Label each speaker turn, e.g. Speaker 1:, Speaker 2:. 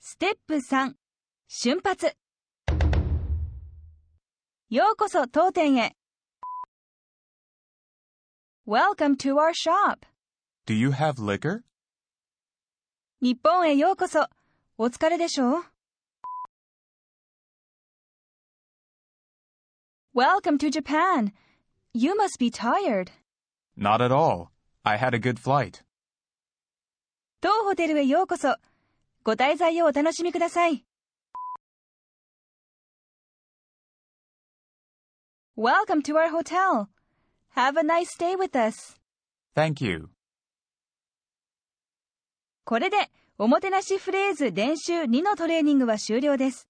Speaker 1: ステップ3、瞬発。ようこそ当店へ。Welcome to our shop.
Speaker 2: Do you have liquor?
Speaker 1: 日本へようこそ。お疲れでしょう ?Welcome to Japan. You must be tired.
Speaker 2: Not at all. I had a good flight.
Speaker 1: 当ホテルへようこそ。ご滞在をお楽しみください。Welcome to our hotel. Have a nice day with us.
Speaker 2: Thank you.
Speaker 1: これで、おもてなしフレーズ練習2のトレーニングは終了です。